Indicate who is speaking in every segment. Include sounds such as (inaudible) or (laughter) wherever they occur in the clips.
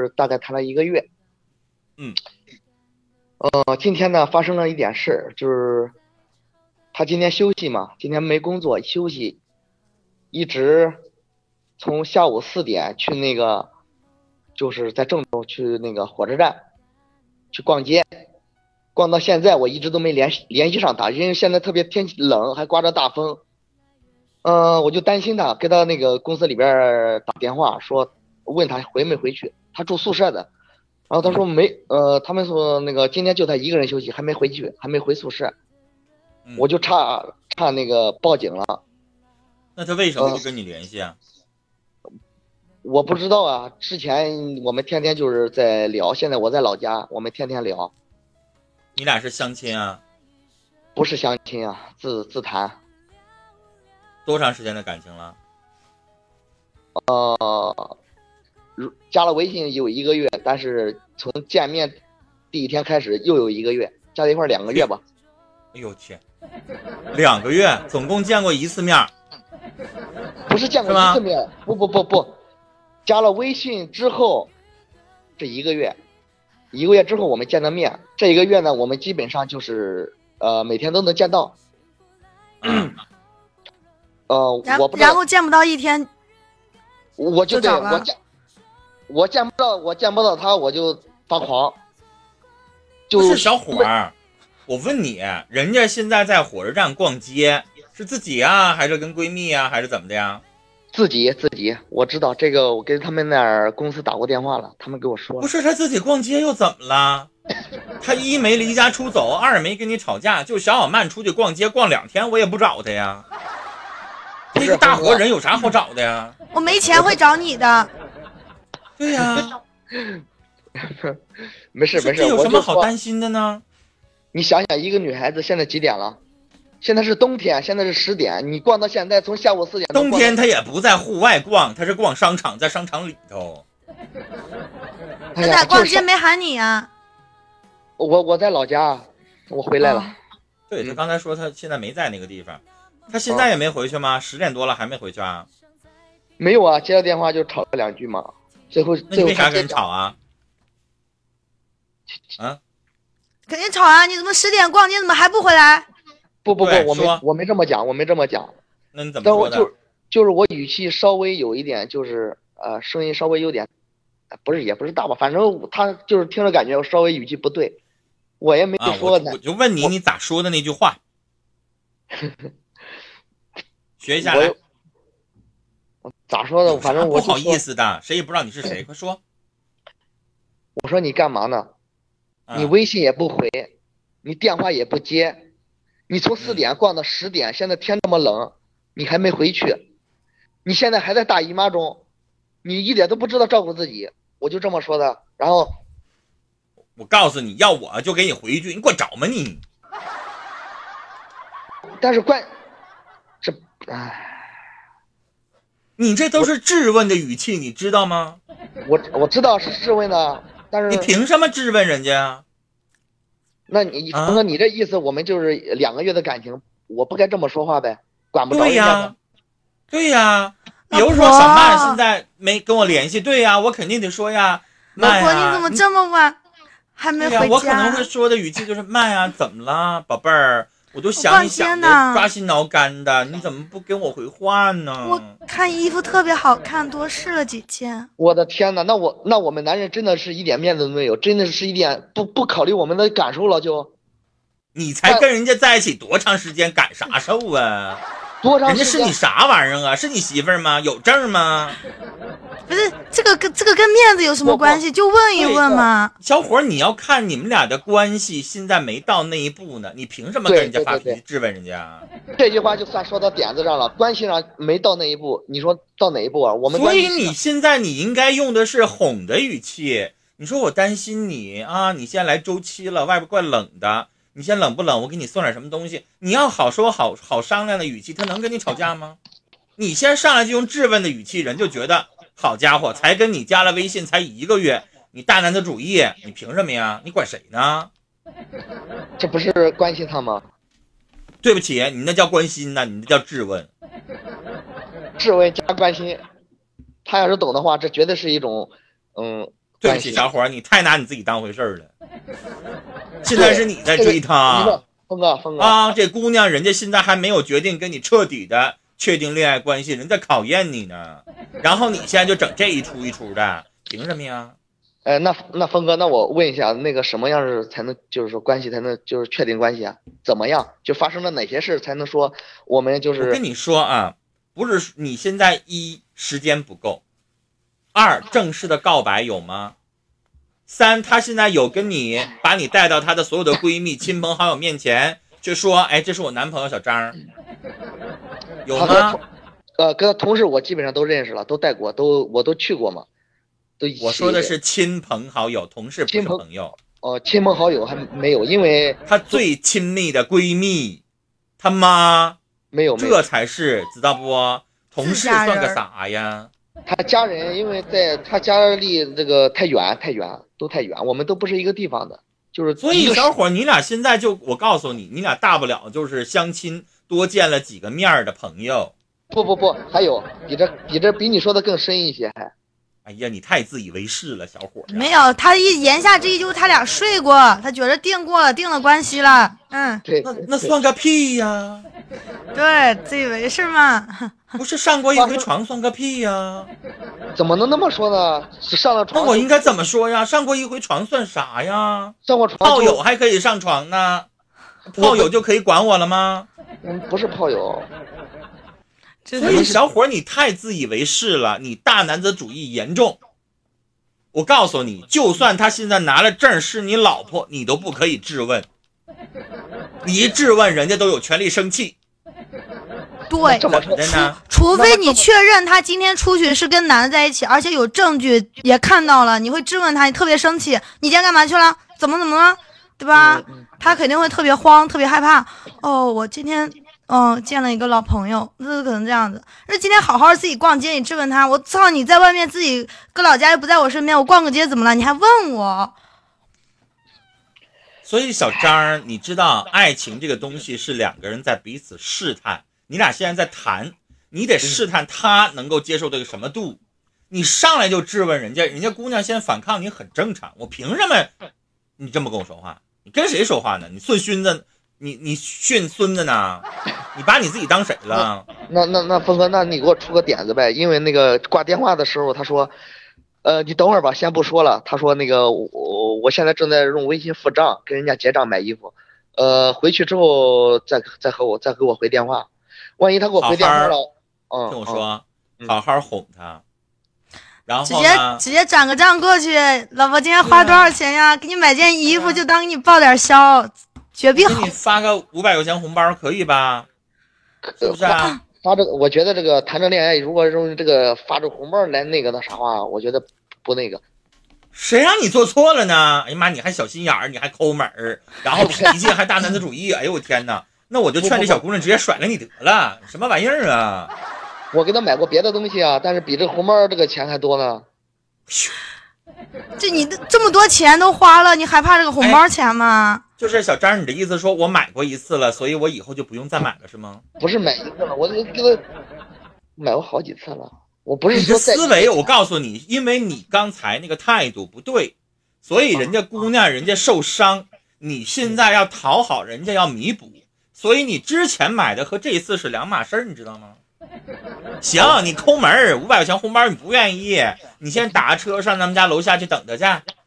Speaker 1: 是大概谈了一个月。
Speaker 2: 嗯，
Speaker 1: 呃，今天呢发生了一点事，就是他今天休息嘛，今天没工作休息，一直从下午四点去那个，就是在郑州去那个火车站去逛街，逛到现在我一直都没联系联系上他，因为现在特别天气冷，还刮着大风。嗯、我就担心他，给他那个公司里边儿打电话说，问他回没回去，他住宿舍的，然后他说没，呃，他们说那个今天就他一个人休息，还没回去，还没回宿舍，
Speaker 2: 嗯
Speaker 1: 我就差差那个报警了，
Speaker 2: 那他为什么
Speaker 1: 呃
Speaker 2: 不跟你联系啊？
Speaker 1: 我不知道啊，之前我们天天就是在聊，现在我在老家，我们天天聊，
Speaker 2: 你俩是相亲啊？
Speaker 1: 不是相亲啊，自自谈，
Speaker 2: 多长时间的感情了？
Speaker 1: 如加了微信有一个月，但是从见面第一天开始又有一个月，加在一块儿两个月吧，
Speaker 2: 哎呦我去，两个月，总共见过一次面儿。
Speaker 1: 不是见过一次面，不不不不，加了微信之后，这一个月，一个月之后我们见的面，这一个月呢，我们基本上就是呃每天都能见到，
Speaker 2: 嗯
Speaker 1: 呃，
Speaker 3: 然
Speaker 1: 我不知
Speaker 3: 然
Speaker 1: 道，
Speaker 3: 后见不到一天，
Speaker 1: 我就
Speaker 3: 就
Speaker 1: 对
Speaker 3: 找了
Speaker 1: 我见，我见不到我见不到他我就发狂，就
Speaker 2: 不是小伙儿，我问你，人家现在在火车站逛街，是自己啊，还是跟闺蜜啊，还是怎么的呀？
Speaker 1: 自己自己，我知道这个，我跟他们那儿公司打过电话了，他们给我说
Speaker 2: 不
Speaker 1: 了，
Speaker 2: 是他自己逛街又怎么了？他一没离家出走，二没跟你吵架，就小小曼出去逛街逛两天，我也不找他呀。
Speaker 1: 不
Speaker 2: 那
Speaker 1: 是
Speaker 2: 个大活人有啥好找的呀？
Speaker 3: 我没钱会找你的。
Speaker 2: 对呀、
Speaker 1: 没事
Speaker 2: 这
Speaker 1: 没事，
Speaker 2: 这有
Speaker 1: 我
Speaker 2: 什
Speaker 1: 就
Speaker 2: 么好
Speaker 1: 说。
Speaker 2: 担心的呢？
Speaker 1: 你想想，一个女孩子现在几点了？现在是冬天，现在是十点。你逛到现在，从下午四点
Speaker 2: 冬
Speaker 1: 能逛到
Speaker 2: 天他也不在户外逛，他是逛商场，在商场里头。
Speaker 1: 哎
Speaker 3: 他
Speaker 1: 呀
Speaker 3: 咋逛
Speaker 1: 就是
Speaker 3: 街没喊你啊？
Speaker 1: 我我在老家，我回来
Speaker 3: 啊
Speaker 1: 了。
Speaker 2: 对他
Speaker 1: 嗯
Speaker 2: 刚才说他现在没在那个地方，他现在也没回去
Speaker 1: 嗯
Speaker 2: 吗？十点多了还没回去啊？
Speaker 1: 没有啊，接到电话就吵了两句嘛。最后
Speaker 2: 那你
Speaker 1: 最后
Speaker 2: 为啥
Speaker 1: 还
Speaker 2: 跟
Speaker 1: 接
Speaker 2: 人吵啊？
Speaker 3: 肯定吵啊！你怎么十点逛街怎么还不回来？
Speaker 1: 不不不
Speaker 2: 对，
Speaker 1: 我没
Speaker 2: 说
Speaker 1: 我没这么讲，我没这么讲。
Speaker 2: 那你怎么
Speaker 1: 但我
Speaker 2: 说的？
Speaker 1: 就就是我语气稍微有一点，就是呃声音稍微有点，呃不是也不是大吧，反正他就是听着感觉稍微语气不对，我也没
Speaker 2: 啊，我
Speaker 1: 说他
Speaker 2: 我。就问你，
Speaker 1: 我
Speaker 2: 你咋说的那
Speaker 1: (laughs)
Speaker 2: 句话？学一下来
Speaker 1: 我，咋说呢？反正我
Speaker 2: 不
Speaker 1: 就说嗯
Speaker 2: 好意思的，谁也不知道你是谁，快说。
Speaker 1: 我说你干嘛呢？
Speaker 2: 啊
Speaker 1: 你微信也不回，你电话也不接，你从四点逛到十点，现在天这么冷，你还没回去，你现在还在大姨妈中，你一点都不知道照顾自己，我就这么说的。然后
Speaker 2: 我告诉你要我就给你回一句，你给我找吗你？
Speaker 1: 但是关，这唉，
Speaker 2: 你这都是质问的语气，你知道吗？
Speaker 1: 我我知道是质问的，但
Speaker 2: 你
Speaker 1: 是
Speaker 2: 凭什么质问人家啊？
Speaker 1: 那你
Speaker 2: 啊
Speaker 1: 鹏哥，你这意思我们就是两个月的感情，我不该这么说话呗，管不着
Speaker 2: 对
Speaker 1: 人
Speaker 2: 呀、
Speaker 1: 家呗。
Speaker 2: 对呀、比
Speaker 3: 老
Speaker 2: 如说
Speaker 3: 婆
Speaker 2: 小曼现在没跟我联系，对呀、我肯定得说呀，
Speaker 3: 老
Speaker 2: 曼
Speaker 3: 婆，
Speaker 2: 呀、
Speaker 3: 你怎么这么晚还没
Speaker 2: 对呀、
Speaker 3: 回
Speaker 2: 我可能
Speaker 3: 家
Speaker 2: 会？说的语气就是曼呀、怎么了，宝贝儿？我都想你想的
Speaker 3: 我逛街呢
Speaker 2: 抓心挠肝的，你怎么不给我回话呢？
Speaker 3: 我看衣服特别好看，多试了几件。
Speaker 1: 我的天呐，那我那我们男人真的是一点面子都没有，真的是一点不不考虑我们的感受了就。
Speaker 2: 你才跟人家在一起多长时间，赶啥受啊？
Speaker 1: 多长
Speaker 2: 人
Speaker 1: 时
Speaker 2: 家
Speaker 1: 间？
Speaker 2: 是你啥玩意儿啊？是你媳妇儿吗？有证吗？
Speaker 3: 不是这个跟这个跟面子有什么
Speaker 1: 我
Speaker 3: 关系？就问一
Speaker 2: 对
Speaker 3: 问嘛。
Speaker 2: 小伙儿，你要看你们俩的关系，现在没到那一步呢，你凭什么跟人家发
Speaker 1: 对对
Speaker 2: 脾气
Speaker 1: 对
Speaker 2: 质问人家？
Speaker 1: 这句话就算说到点子上了，关系上没到那一步，你说到哪一步啊？我们
Speaker 2: 所
Speaker 1: 关
Speaker 2: 以
Speaker 1: 系
Speaker 2: 你现在你应该用的是哄的语气。你说我担心你啊，你现在来周期了，外边怪冷的，你先冷不冷？我给你送点什么东西？你要好说好好商量的语气，他能跟你吵架吗？你先上来就用质问的语气，人就觉得好家伙，才跟你加了微信才一个月，你大男子主义，你凭什么呀？你管谁呢？
Speaker 1: 这不是关心他吗？
Speaker 2: 对不起，你那叫关心呐、你那叫质问。
Speaker 1: 质问加关心，他要是懂的话，这绝对是一种，嗯，
Speaker 2: 对不起，小伙儿，你太拿你自己当回事儿了。现在是你在追
Speaker 1: 峰
Speaker 2: 她
Speaker 1: 哥，峰哥，峰哥，
Speaker 2: 啊，这姑娘人家现在还没有决定跟你彻底的确定恋爱关系，人在考验
Speaker 1: (laughs)
Speaker 2: 你呢。然后你现在就整这一出一出的，凭什么呀？
Speaker 1: 哎，那那峰哥，那我问一下，那个什么样是才能就是说关系才能就是确定关系啊？怎么样？就发生了哪些事才能说我们就
Speaker 2: 我
Speaker 1: 是
Speaker 2: 跟你说啊，不是你现在一时间不够，二正式的告白有吗？三，她现在有跟你把你带到她的所有的闺蜜、亲朋好友面前，就说，哎，这是我男朋友小张
Speaker 1: (laughs)
Speaker 2: 儿，有
Speaker 1: 他跟
Speaker 2: 吗
Speaker 1: 同？呃跟他同事我基本上都认识了，都带过，都我都去过嘛，都一起
Speaker 2: 我说的是亲朋好友，同事不是
Speaker 1: 亲朋
Speaker 2: 朋友，
Speaker 1: 哦亲朋好友还没有，因为
Speaker 2: 她最亲密的闺蜜，她妈，
Speaker 1: 没有没有
Speaker 2: 这才是知道不？同事
Speaker 3: 自家
Speaker 2: 算
Speaker 3: 人
Speaker 2: 个啥呀？
Speaker 1: 他家人，因为在他家离这个太远太远都太远，我们都不是一个地方的，就是
Speaker 2: 所
Speaker 1: 一
Speaker 2: 以
Speaker 1: 个
Speaker 2: 小伙儿，你俩现在就我告诉你，你俩大不了就是相亲，多见了几个面儿的朋友。
Speaker 1: (laughs) 不不不，还有比这比这比你说的更深一些， (laughs) 还
Speaker 2: 哎呀，你太自以为是了，小伙儿啊、
Speaker 3: 没有，他一言下之意就是他俩睡过，他觉着定过了，定了关系了。嗯，
Speaker 1: 对
Speaker 2: 那
Speaker 1: 对
Speaker 2: 那算个屁呀、
Speaker 3: (laughs) 对，自以为是嘛。 (laughs)
Speaker 2: 不是上过一回床算个屁呀、
Speaker 1: 怎么能那么说呢？上了
Speaker 2: 那
Speaker 1: 床
Speaker 2: 我
Speaker 1: 就
Speaker 2: 应该怎么说呀？上过一回床算啥呀？
Speaker 1: 上过床
Speaker 2: 炮
Speaker 1: 就
Speaker 2: 友啊还可以上床呢，炮友就可以管我了吗？
Speaker 1: 嗯不是炮友，
Speaker 3: 这
Speaker 2: 所以小伙儿，你太自以为是了，你大男子主义严重。我告诉你，就算他现在拿了证是你老婆，你都不可以质问。你一质问，人家都有权利生气，
Speaker 3: 对，
Speaker 1: 这么
Speaker 2: 怎
Speaker 1: 说
Speaker 2: 么的呢？
Speaker 3: 除非你确认他今天出去是跟男的在一起，而且有证据也看到了，你会质问他，你特别生气，你今天干嘛去了？怎么怎么了？对吧？他肯定会特别慌，特别害怕。哦，我今天嗯、见了一个老朋友，那可能这样子。那今天好好自己逛街，你质问他，我操，你在外面自己跟老家又不在我身边，我逛个街怎么了？你还问我？
Speaker 2: 所以小张儿，你知道，爱情这个东西是两个人在彼此试探。你俩现在在谈，你得试探他能够接受这个什么度。你上来就质问人家，人家姑娘先反抗你很正常。我凭什么你这么跟我说话？你跟谁说话呢？你顺孙子，你你训孙子呢？你把你自己当谁了？
Speaker 1: 那那那峰哥，那你给我出个点子呗，因为那个挂电话的时候他说，呃，你等会儿吧，先不说了。他说那个我我现在正在用微信付账，跟人家结账买衣服，呃，回去之后再再和我再给我回电话，万一他给我回电话了，嗯，
Speaker 2: 听我
Speaker 1: 嗯，
Speaker 2: 说，
Speaker 1: 嗯
Speaker 2: 好好哄她。然
Speaker 3: 直
Speaker 2: 后
Speaker 3: 接
Speaker 2: 呢？
Speaker 3: 直接转个账过去，老婆今天花多少钱呀？给你买件衣服，就当给你报点销，绝壁
Speaker 2: 给
Speaker 3: 好
Speaker 2: 你发个五百块钱红包可以吧？是不是
Speaker 1: 发
Speaker 2: 啊？
Speaker 1: 发这个，我觉得这个谈着恋爱，如果用这个发着红包来那个那啥话，我觉得不那个。
Speaker 2: 谁让你做错了呢？哎呀妈，你还小心眼儿，你还抠门儿，然后脾气还大男子主义，哎呦我天哪！那我就劝这小姑娘直接甩了你得了，什么玩意儿啊？
Speaker 1: 我给他买过别的东西啊，但是比这红包这个钱还多呢。
Speaker 3: 这你这么多钱都花了，你还怕这个红包钱吗？
Speaker 2: 就是小张，你的意思说我买过一次了，所以我以后就不用再买了是吗？
Speaker 1: (laughs) 不是买一个了，我就给他买过好几次了。我不是
Speaker 2: 你的
Speaker 1: 说在
Speaker 2: 思维，我告诉你，因为你刚才那个态度不对，所以人家姑娘人家受伤，你现在要讨好人家要弥补，所以你之前买的和这一次是两码事儿，你知道吗？行，你抠门儿，五百块钱红包你不愿意，你先打个车上咱们家楼下去等着去，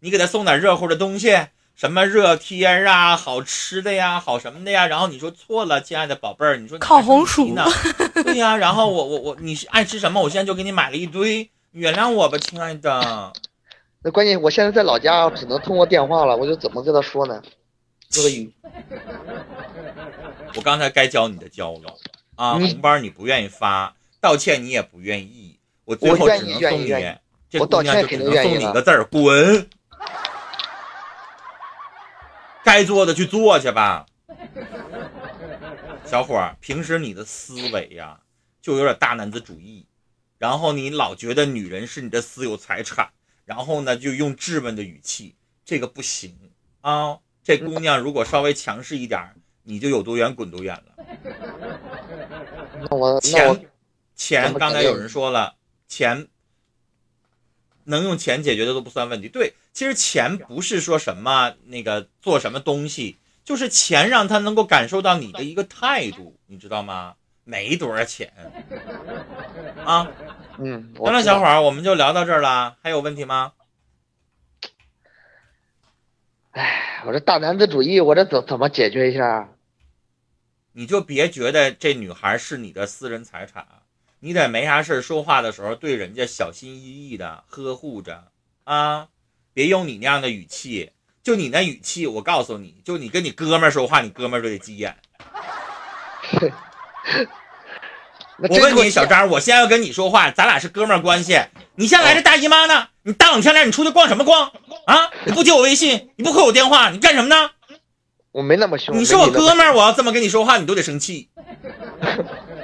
Speaker 2: 你给他送点热乎的东西，什么热贴儿啊、好吃的呀、好什么的呀，然后你说错了，亲爱的宝贝儿，你说你
Speaker 3: 烤红
Speaker 1: (laughs)
Speaker 3: 薯
Speaker 2: 还是你急呢？对呀、然后我我我，你是爱吃什么？我现在就给你买了一堆，你原谅我吧，亲爱的。
Speaker 1: 那关键我现在在老家，只能通过电话了，我就怎么跟他说呢？这个
Speaker 2: (laughs)
Speaker 1: 语
Speaker 2: 我刚才该教你的教了啊，
Speaker 1: 嗯
Speaker 2: 红包你不愿意发，道歉你也不愿意，我最后
Speaker 1: 我愿
Speaker 2: 只
Speaker 1: 意
Speaker 2: 能
Speaker 1: 愿
Speaker 2: 送
Speaker 1: 意
Speaker 2: 你
Speaker 1: 愿意，
Speaker 2: 这
Speaker 1: 我
Speaker 2: 姑
Speaker 1: 道
Speaker 2: 娘
Speaker 1: 歉
Speaker 2: 就只
Speaker 1: 肯
Speaker 2: 能
Speaker 1: 定愿意
Speaker 2: 送你一
Speaker 1: 了
Speaker 2: 个字儿，滚。该做的去做去吧，小伙儿，平时你的思维呀、就有点大男子主义，然后你老觉得女人是你的私有财产，然后呢就用质问的语气，这个不行啊。这
Speaker 1: 嗯
Speaker 2: 姑娘如果稍微强势一点儿，你就有多远滚多远了。
Speaker 1: 那我那我
Speaker 2: 钱，钱，刚才有人说了，钱能用钱解决的都不算问题。对，其实钱不是说什么那个做什么东西，就是钱让他能够感受到你的一个态度，你知道吗？没多
Speaker 1: (laughs)
Speaker 2: 少钱啊。
Speaker 1: 嗯，
Speaker 2: 行了，小伙儿，我们就聊到这儿了，还有问题吗？
Speaker 1: 哎，我这大男子主义，我这怎怎么解决一下？啊
Speaker 2: 你就别觉得这女孩是你的私人财产，你得没啥事儿说话的时候对人家小心翼翼的呵护着啊，别用你那样的语气。就你那语气，我告诉你，就你跟你哥们儿说话，你哥们儿就得急眼。
Speaker 1: 那
Speaker 2: 我
Speaker 1: 真啊
Speaker 2: 问
Speaker 1: 给
Speaker 2: 你，小张，我现在要跟你说话，咱俩是哥们儿关系。你现在
Speaker 1: 哦
Speaker 2: 来这大姨妈呢？你大冷天来，你出去逛什么逛啊？你不接我微信，你不回我电话，你干什么呢？
Speaker 1: 我没那么凶。
Speaker 2: 你
Speaker 1: 没
Speaker 2: 是我
Speaker 1: 那么
Speaker 2: 哥们儿，我要这么跟你说话，你都得生气。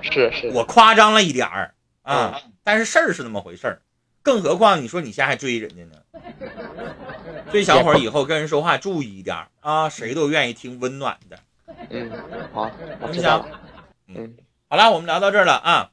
Speaker 1: 是是，
Speaker 2: 我夸张了一点儿啊，
Speaker 1: 嗯
Speaker 2: 但是事儿是那么回事儿。更何况你说你现在还追人家
Speaker 1: (laughs)
Speaker 2: 呢，所以小伙儿以后跟人说话注意一点儿啊，谁都愿意听温暖的。
Speaker 1: 嗯，好，我
Speaker 2: 你
Speaker 1: 知道嗯
Speaker 2: 想嗯
Speaker 1: 了。
Speaker 2: 好了，我们聊到这儿了啊。